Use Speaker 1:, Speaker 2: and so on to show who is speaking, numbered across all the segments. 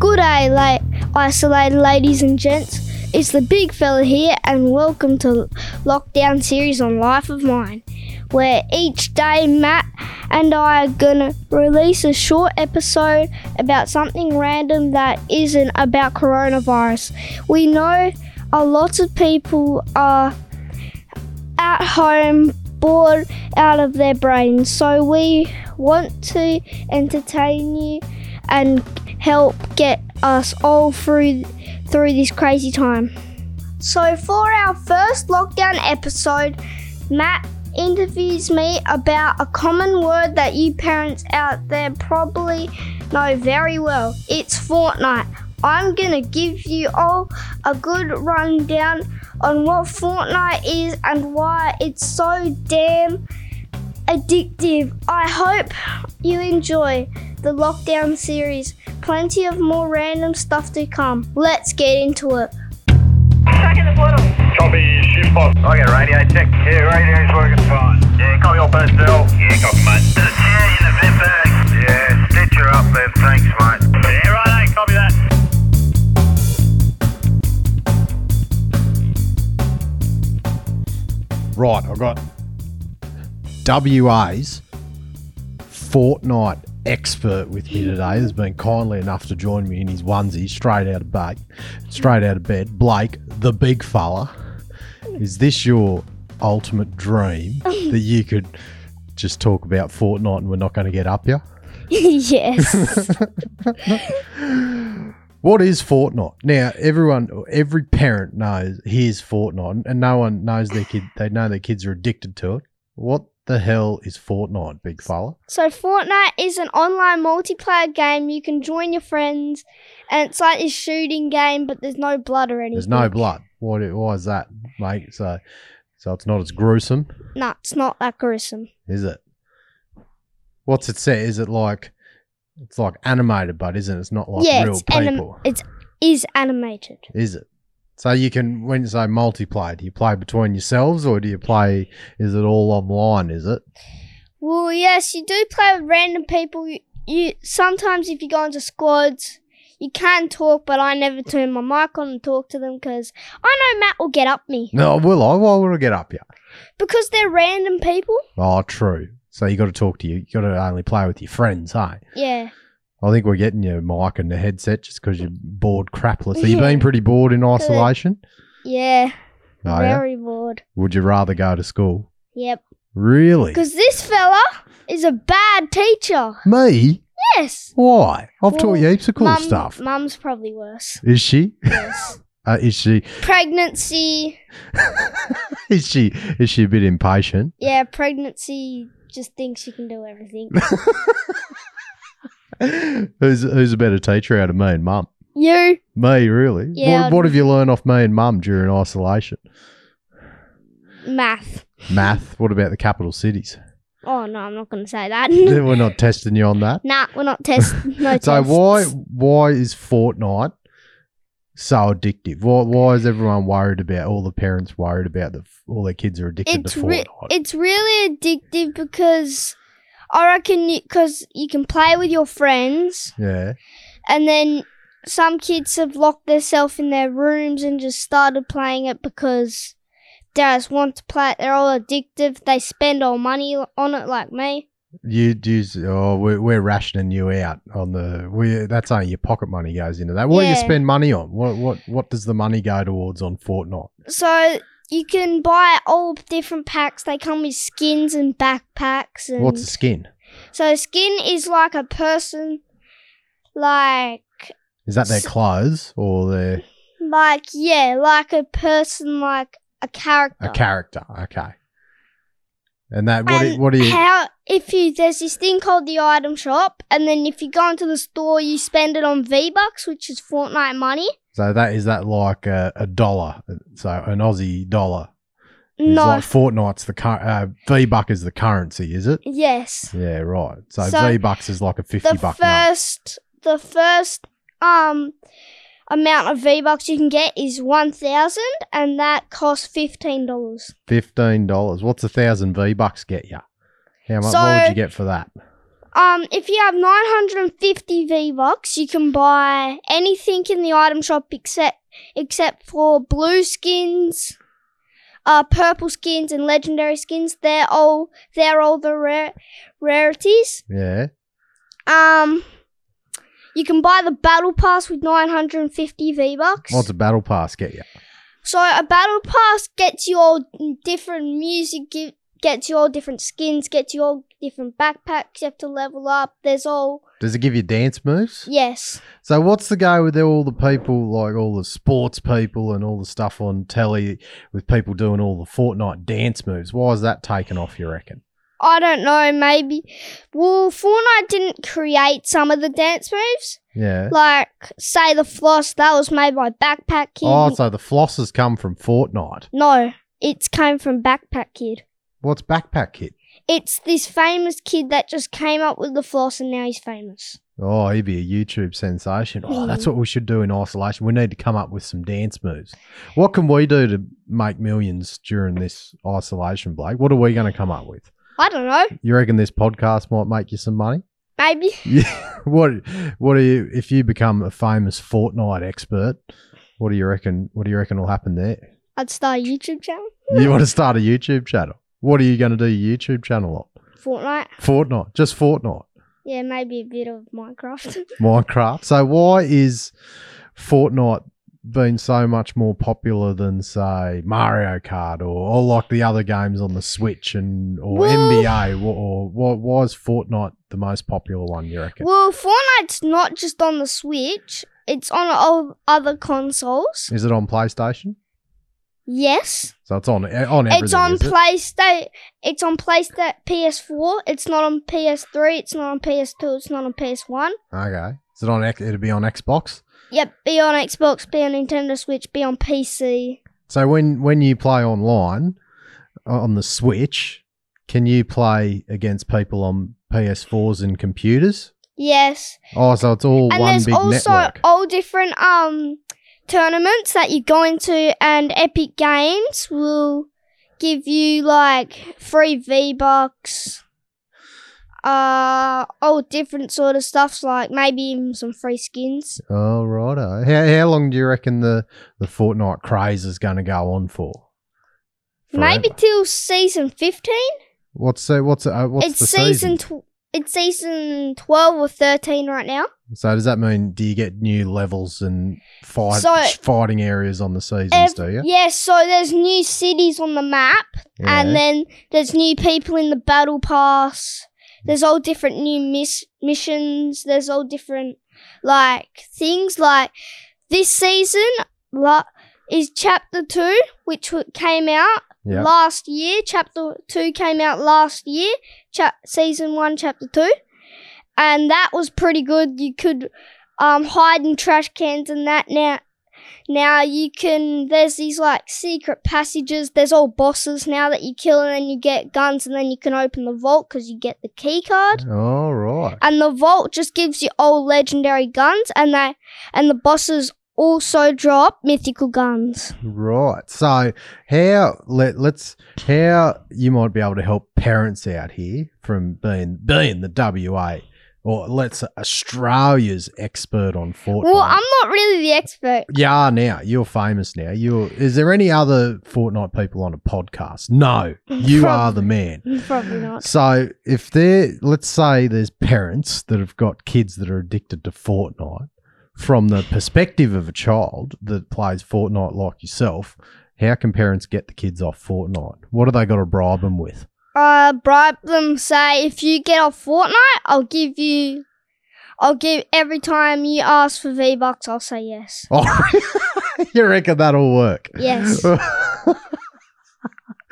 Speaker 1: G'day, la- isolated ladies and gents. It's the big fella here, and welcome to Lockdown Series on Life of Mine, where each day Matt and I are gonna release a short episode about something random that isn't about coronavirus. We know a lot of people are at home bored out of their brains, so we want to entertain you and help get us all through through this crazy time. So for our first lockdown episode, Matt interviews me about a common word that you parents out there probably know very well. It's Fortnite. I'm gonna give you all a good rundown on what Fortnite is and why it's so damn addictive. I hope you enjoy the lockdown series. Plenty of more random stuff to come. Let's get into it.
Speaker 2: Copy, shift box.
Speaker 3: I got radio check. Yeah, radio's working fine.
Speaker 2: Yeah, copy all personnel. Yeah, copy, mate.
Speaker 3: There's a chair in the vent bag. Yeah, stitch her up there. Thanks, mate.
Speaker 2: Yeah, right, eh, copy that.
Speaker 4: Right, I've got WA's Fortnite expert with me today. Has been kindly enough to join me in his onesie, straight out of bed, straight out of bed. Blake, the big fella, is this your ultimate dream that you could just talk about Fortnite and we're not going to get up here?
Speaker 1: yes.
Speaker 4: What is Fortnite? Now, everyone, every parent knows here's Fortnite, and no one knows their kid. They know their kids are addicted to it. What the hell is Fortnite, big fella?
Speaker 1: So Fortnite is an online multiplayer game. You can join your friends, and it's like this shooting game, but there's no blood or anything.
Speaker 4: There's no blood. Why, do- why is that, mate? So, so it's not as gruesome,
Speaker 1: No, it's not that gruesome.
Speaker 4: is it? What's it say? Is it like it's like animated, but isn't it? It's not like
Speaker 1: yeah,
Speaker 4: real
Speaker 1: it's anim-
Speaker 4: people,
Speaker 1: it's is animated.
Speaker 4: is it? So you can when you say multiplayer, do you play between yourselves or do you play? Is it all online? Is it?
Speaker 1: Well, yes, you do play with random people. You, you sometimes if you go into squads, you can talk, but I never turn my mic on and talk to them because I know Matt will get up me
Speaker 4: No, will I? Why would I get up here?
Speaker 1: because they're random people.
Speaker 4: Oh, true. So you got to talk to you. You got to only play with your friends, hey?
Speaker 1: Yeah,
Speaker 4: I think we're getting your mic and the headset just because you're bored crapless. Are you
Speaker 1: Yeah.
Speaker 4: being pretty bored in
Speaker 1: it-
Speaker 4: isolation?
Speaker 1: yeah,
Speaker 4: Oh, yeah?
Speaker 1: very bored.
Speaker 4: Would you rather go to school?
Speaker 1: Yep,
Speaker 4: Really?
Speaker 1: because this fella is a bad teacher.
Speaker 4: Me?
Speaker 1: Yes,
Speaker 4: Why? I've taught
Speaker 1: Well,
Speaker 4: you heaps of cool
Speaker 1: Mum-
Speaker 4: stuff.
Speaker 1: Mum's probably worse.
Speaker 4: Is she?
Speaker 1: Yes,
Speaker 4: Uh, is she?
Speaker 1: pregnancy.
Speaker 4: Is she? Is she a bit impatient?
Speaker 1: Yeah, pregnancy just thinks she can do everything.
Speaker 4: who's Who's a better teacher out of me and mum?
Speaker 1: you
Speaker 4: Me, really?
Speaker 1: Yeah,
Speaker 4: What,
Speaker 1: I'd-
Speaker 4: what have you learned off me and mum during isolation?
Speaker 1: math.
Speaker 4: Math. What about the capital cities?
Speaker 1: Oh no, I'm not gonna say that.
Speaker 4: We're not testing you on that.
Speaker 1: Nah, we're not test. No
Speaker 4: So
Speaker 1: tests.
Speaker 4: why why is Fortnite so addictive? Why why is everyone worried about all the parents worried about that all their kids are addicted
Speaker 1: It's
Speaker 4: to
Speaker 1: re-
Speaker 4: Fortnite?
Speaker 1: It's really addictive because I reckon because you can play with your friends,
Speaker 4: yeah,
Speaker 1: and then some kids have locked themselves in their rooms and just started playing it because they just want to play it. They're all addictive. They spend all money on it, like me.
Speaker 4: you do. s- Oh, we're, we're rationing you out on the. We that's only your pocket money goes into that. What do you
Speaker 1: Yeah.
Speaker 4: spend money on? What what what does the money go towards on Fortnite?
Speaker 1: So you can buy all different packs. They come with skins and backpacks. And
Speaker 4: What's a skin?
Speaker 1: so skin is like a person, like.
Speaker 4: Is that their
Speaker 1: s-
Speaker 4: clothes or their
Speaker 1: Like yeah, like a person, like a character.
Speaker 4: a character? Okay. And that what do you-
Speaker 1: And
Speaker 4: what do you?
Speaker 1: How if you there's this thing called the item shop, and then if you go into the store, you spend it on V Bucks, which is Fortnite money.
Speaker 4: So that is that like a, a dollar? So an Aussie dollar It's
Speaker 1: No.
Speaker 4: like Fortnite's the cur- uh, V Buck is the currency, is it?
Speaker 1: yes.
Speaker 4: Yeah, right. So,
Speaker 1: So,
Speaker 4: V Bucks is like a fifty
Speaker 1: The
Speaker 4: buck note.
Speaker 1: first, the first um amount of V Bucks you can get is one thousand, and that costs fifteen dollars.
Speaker 4: Fifteen dollars. What's a thousand V Bucks get you? How much? what
Speaker 1: So-
Speaker 4: would you get for that?
Speaker 1: Um, if you have 950 V Bucks, you can buy anything in the item shop except except for blue skins, uh, purple skins, and legendary skins. They're all they're all the rare, rarities.
Speaker 4: Yeah.
Speaker 1: Um, you can buy the battle pass with 950 V Bucks.
Speaker 4: What's a battle pass get you?
Speaker 1: So a battle pass gets you all different music, gi- gets you all different skins, gets you all different backpacks. You have to level up. There's all
Speaker 4: Does it give you dance moves?
Speaker 1: yes.
Speaker 4: So what's the go with all the people, like all the sports people and all the stuff on telly with people doing all the Fortnite dance moves? Why is that taken off, you reckon?
Speaker 1: I don't know. Maybe well, Fortnite didn't create some of the dance moves.
Speaker 4: Yeah.
Speaker 1: Like say the floss that was made by Backpack Kid.
Speaker 4: Oh, so the flosses come from Fortnite.
Speaker 1: no, it's came from Backpack Kid.
Speaker 4: What's Backpack Kid?
Speaker 1: It's this famous kid that just came up with the floss and now he's famous.
Speaker 4: Oh, he'd be a YouTube sensation. Oh, that's
Speaker 1: Hmm.
Speaker 4: what we should do in isolation. We need to come up with some dance moves. What can we do to make millions during this isolation, Blake? What are we going to come up with?
Speaker 1: I don't know.
Speaker 4: You reckon this podcast might make you some money?
Speaker 1: Maybe
Speaker 4: Yeah. What What do you if you become a famous Fortnite expert? What do you reckon? What do you reckon will happen there?
Speaker 1: I'd start a YouTube channel.
Speaker 4: You want to start a YouTube channel? What are you going to do your YouTube channel on?
Speaker 1: Fortnite.
Speaker 4: Fortnite, just Fortnite,
Speaker 1: Yeah, maybe a bit of Minecraft.
Speaker 4: Minecraft. So why is Fortnite been so much more popular than say Mario Kart or, or like the other games on the Switch and or
Speaker 1: Well-
Speaker 4: NBA? Or, or why, why is Fortnite the most popular one? You reckon?
Speaker 1: well, Fortnite's not just on the Switch, it's on all other consoles.
Speaker 4: Is it on PlayStation?
Speaker 1: Yes.
Speaker 4: So it's on eh, on everything.
Speaker 1: It's on
Speaker 4: is it?
Speaker 1: PlayStation. It's on PlayStation PS4. It's not on PS3. It's not on PS2. It's not on PS1.
Speaker 4: Okay. Is it on? X- It'll be on Xbox.
Speaker 1: Yep. Be on Xbox. Be on Nintendo Switch. Be on PC.
Speaker 4: So when when you play online uh, on the Switch, can you play against people on PS4s and computers?
Speaker 1: Yes.
Speaker 4: Oh, so it's all
Speaker 1: and
Speaker 4: one
Speaker 1: there's
Speaker 4: big
Speaker 1: also
Speaker 4: network.
Speaker 1: all different um tournaments that you go into and epic games will give you like free v bucks uh all different sort of stuffs like maybe even some free skins
Speaker 4: Oh, righto. How, how long do you reckon the, the Fortnite craze is going to go on for?
Speaker 1: maybe
Speaker 4: Forever.
Speaker 1: till season 15
Speaker 4: What's the, what's the, uh, what's
Speaker 1: it's
Speaker 4: the
Speaker 1: season tw- it's season 12 or 13 right now
Speaker 4: So does that mean do you get new levels and fight,
Speaker 1: So-
Speaker 4: fighting areas on the seasons?
Speaker 1: Ev-
Speaker 4: do you?
Speaker 1: yeah so there's new cities on the map
Speaker 4: Yeah.
Speaker 1: And then there's new people in the battle pass. There's all different new miss- missions. There's all different like things. Like this season la- is chapter two, which w- came out
Speaker 4: Yeah.
Speaker 1: last year. Chapter two came out last year. Cha- season one, chapter two, and that was pretty good. You could um, hide in trash cans and that now. Now you can. There's these like secret passages. There's all bosses now that you kill, and then you get guns, and then you can open the vault because you get the key card.
Speaker 4: All right.
Speaker 1: And the vault just gives you all legendary guns, and they and the bosses also drop mythical guns.
Speaker 4: Right. So how let let's how you might be able to help parents out here from being being the WA or let's say Australia's expert on Fortnite.
Speaker 1: Well, I'm not really the expert.
Speaker 4: you are ah, now. You're famous now. You're is there any other Fortnite people on a podcast? No. You are the man.
Speaker 1: Probably not.
Speaker 4: So if there let's say there's parents that have got kids that are addicted to Fortnite, from the perspective of a child that plays Fortnite like yourself, how can parents get the kids off Fortnite? What have they got to bribe them with?
Speaker 1: uh, bribe them. Say if you get off Fortnite, I'll give you. I'll give every time you ask for V Bucks, I'll say yes.
Speaker 4: Oh, you reckon that'll work?
Speaker 1: Yes.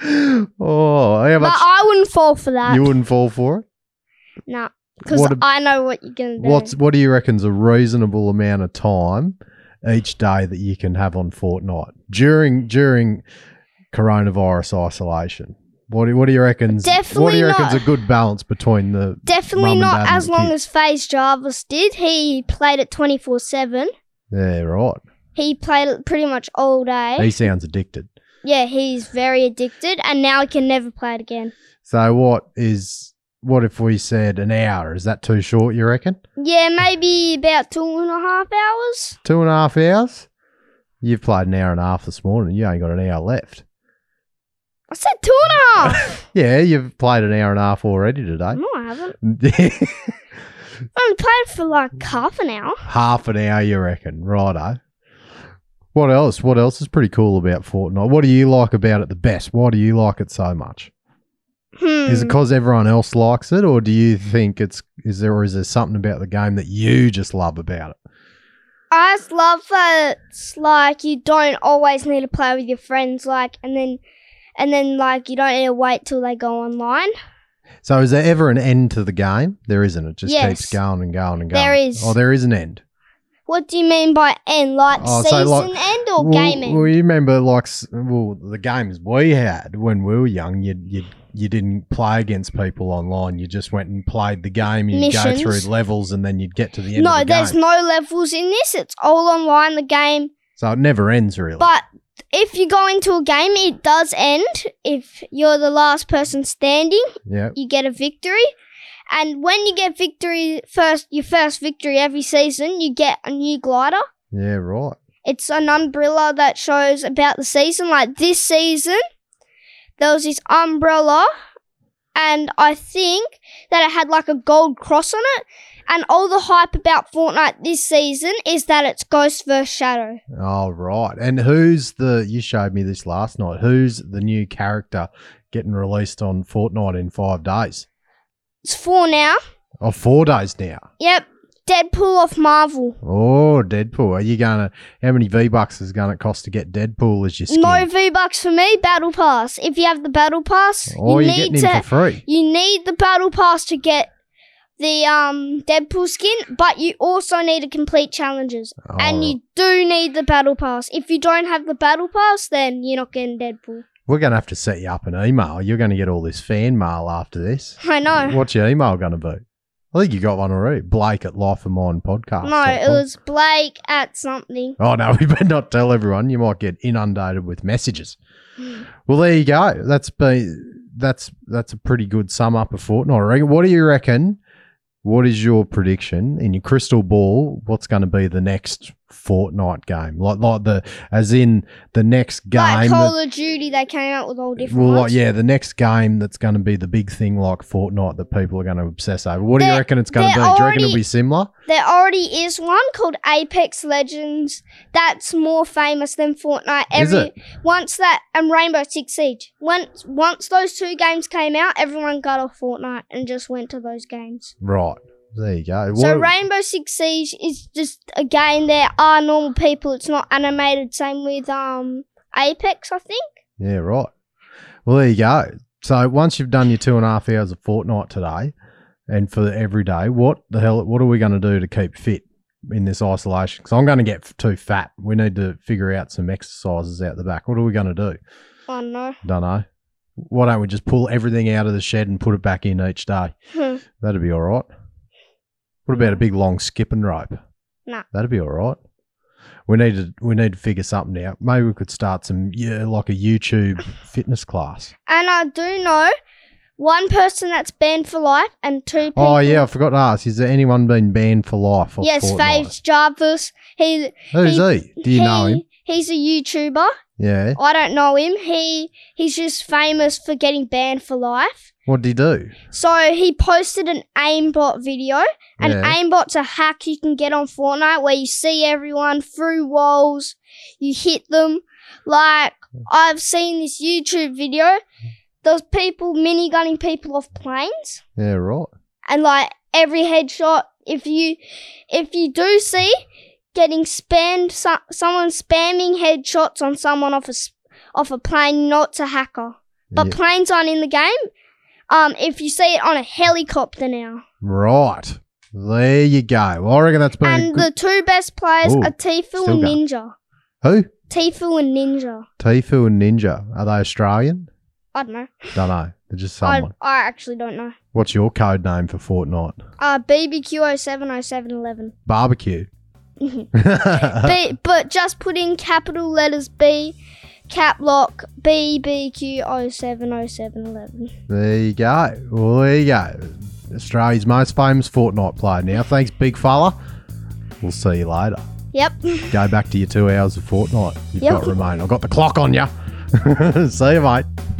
Speaker 4: oh, how
Speaker 1: But
Speaker 4: much
Speaker 1: I wouldn't fall for that.
Speaker 4: you wouldn't fall for it?
Speaker 1: No, because
Speaker 4: What ab-
Speaker 1: I know what you're gonna do.
Speaker 4: What's what do you reckon's a reasonable amount of time each day that you can have on Fortnite during during coronavirus isolation? What do, what do you reckon's what do
Speaker 1: Definitely
Speaker 4: you reckon's
Speaker 1: not-
Speaker 4: a good balance between the Mum
Speaker 1: definitely
Speaker 4: and
Speaker 1: not
Speaker 4: Dad and
Speaker 1: as
Speaker 4: the
Speaker 1: long as
Speaker 4: kids.
Speaker 1: FaZe Jarvis did? He played it twenty four seven.
Speaker 4: yeah right?
Speaker 1: He played it pretty much all day.
Speaker 4: He sounds addicted.
Speaker 1: yeah, he's very addicted, and now he can never play it again.
Speaker 4: So what is What if we said an hour? Is that too short, you reckon?
Speaker 1: Yeah, maybe about two and a half hours.
Speaker 4: Two and a half hours? You've played an hour and a half this morning. You ain't got an hour left.
Speaker 1: I said two and a half.
Speaker 4: Yeah, you've played an hour and a half already today.
Speaker 1: no, I haven't. Mm. I only played for like half an hour.
Speaker 4: half an hour, you reckon? Righto. What else? What else is pretty cool about Fortnite? What do you like about it the best? Why do you like it so much?
Speaker 1: Hmm.
Speaker 4: Is it because everyone else likes it, or do you think it's is there or is there something about the game that you just love about it?
Speaker 1: I just love that it's like you don't always need to play with your friends, like, and then, and then like you don't need to wait till they go online.
Speaker 4: So is there ever an end to the game? There isn't. It just keeps
Speaker 1: Yes.
Speaker 4: going and going and going.
Speaker 1: There is.
Speaker 4: Oh, there is an end.
Speaker 1: What do you mean by end? Like
Speaker 4: Oh, so,
Speaker 1: season
Speaker 4: like-
Speaker 1: end or
Speaker 4: well,
Speaker 1: game end?
Speaker 4: Well, you remember like s- well the games we had when we were young. You you you didn't play against people online. You just went and played the game. You would go
Speaker 1: Missions.
Speaker 4: through levels and then you'd get to the end.
Speaker 1: no,
Speaker 4: of the
Speaker 1: there's
Speaker 4: game.
Speaker 1: no levels in this. It's all online, the game.
Speaker 4: so it never ends really.
Speaker 1: But if you go into a game, it does end. If you're the last person standing,
Speaker 4: yeah.
Speaker 1: you get a victory. And when you get victory first, your first victory every season, you get a new glider.
Speaker 4: Yeah. Right.
Speaker 1: It's an umbrella that shows about the season. Like this season, there was this umbrella, and I think that it had like a gold cross on it. And all the hype about Fortnite this season is that it's Ghost vs Shadow.
Speaker 4: All right. And who's the you showed me this last night. Who's the new character getting released on Fortnite in 5 days?
Speaker 1: It's four now.
Speaker 4: Oh, four days now.
Speaker 1: Yep, Deadpool off Marvel.
Speaker 4: Oh, Deadpool. Are you going to how many V-bucks is going to cost to get Deadpool as your skin?
Speaker 1: No V bucks for me. Battle pass. If you have the battle pass,
Speaker 4: oh,
Speaker 1: you
Speaker 4: you're
Speaker 1: need
Speaker 4: getting
Speaker 1: to.
Speaker 4: him for free.
Speaker 1: you need the battle pass to get the um Deadpool skin, but you also need to complete challenges. and
Speaker 4: Alright.
Speaker 1: you do need the battle pass. If you don't have the battle pass, then you're not getting Deadpool.
Speaker 4: We're going to have to set you up an email. You're going to get all this fan mail after this.
Speaker 1: I know.
Speaker 4: What's your email going to be? I think you got one already. Blake at Life of Mine podcast.
Speaker 1: No, it was Blake at something.
Speaker 4: Oh no, we better not tell everyone. You might get inundated with messages. Well, there you go. That's been that's that's a pretty good sum up of Fortnite. I reckon. What do you reckon? What is your prediction in your crystal ball? What's going to be the next Fortnite game? Like like the as in the next game.
Speaker 1: like
Speaker 4: that-
Speaker 1: Call of Duty, they came out with all different
Speaker 4: well, like,
Speaker 1: ones.
Speaker 4: yeah, the next game that's going to be the big thing, like Fortnite, that people are going to obsess over. What do you
Speaker 1: They're-
Speaker 4: reckon it's going to be?
Speaker 1: they're
Speaker 4: Do you reckon it'll
Speaker 1: already-
Speaker 4: be similar?
Speaker 1: There already is one called Apex Legends that's more famous than Fortnite.
Speaker 4: Is
Speaker 1: Every once that and Rainbow Six Siege. Once once those two games came out, everyone got off Fortnite and just went to those games.
Speaker 4: Right. There you go.
Speaker 1: So
Speaker 4: What-
Speaker 1: Rainbow Six Siege is just a game that are normal people. It's not animated. Same with um Apex, I think.
Speaker 4: Yeah, right. Well, there you go. So once you've done your two and a half hours of Fortnite today, and for every day, what the hell? What are we going to do to keep fit in this isolation? Because I'm going to get f- too fat. We need to figure out some exercises out the back. What are we going to do?
Speaker 1: I don't know.
Speaker 4: Don't know. Why don't we just pull everything out of the shed and put it back in each day?
Speaker 1: Hmm.
Speaker 4: That'd be all right. What about a big long skipping rope?
Speaker 1: Nah.
Speaker 4: That'd be all right. We need to we need to figure something out. Maybe we could start some yeah, like a YouTube fitness class.
Speaker 1: And I do know one person that's banned for life and two people.
Speaker 4: Oh yeah, I forgot to ask. Is there anyone been banned for life? Or
Speaker 1: Yes,
Speaker 4: Fortnite?
Speaker 1: Faves Jarvis. He
Speaker 4: Who's he? Do you
Speaker 1: he,
Speaker 4: know him?
Speaker 1: He's a YouTuber.
Speaker 4: Yeah.
Speaker 1: I don't know him. He he's just famous for getting banned for life.
Speaker 4: What did he do?
Speaker 1: So he posted an aimbot video. An
Speaker 4: yeah.
Speaker 1: aimbot's a hack you can get on Fortnite where you see everyone through walls, you hit them. Like I've seen this YouTube video. There's people minigunning people off planes
Speaker 4: yeah, right.
Speaker 1: and like every headshot if you if you do see getting spammed so, someone spamming headshots on someone off a s- off a plane not a hacker but
Speaker 4: Yeah.
Speaker 1: planes aren't in the game um if you see it on a helicopter now
Speaker 4: Right. There you go. Well, I reckon that's been a
Speaker 1: and
Speaker 4: good-
Speaker 1: the two best players
Speaker 4: Ooh,
Speaker 1: are Tifu
Speaker 4: still
Speaker 1: and
Speaker 4: going.
Speaker 1: Ninja
Speaker 4: who?
Speaker 1: Tifu and Ninja
Speaker 4: Tifu and Ninja. Are they Australian?
Speaker 1: I don't know
Speaker 4: Don't know. They're just
Speaker 1: I,
Speaker 4: someone.
Speaker 1: I actually don't know
Speaker 4: What's your code name for Fortnite?
Speaker 1: uh BBQ070711
Speaker 4: Barbecue.
Speaker 1: B, but just put in capital letters B, cap lock BBQ070711.
Speaker 4: There you go. Well, there you go. Australia's most famous Fortnite player now. Thanks, big fella. We'll see you later.
Speaker 1: Yep.
Speaker 4: Go back to your two hours of Fortnite. You've
Speaker 1: Yep.
Speaker 4: got to remain. I've got the clock on you. see you, mate.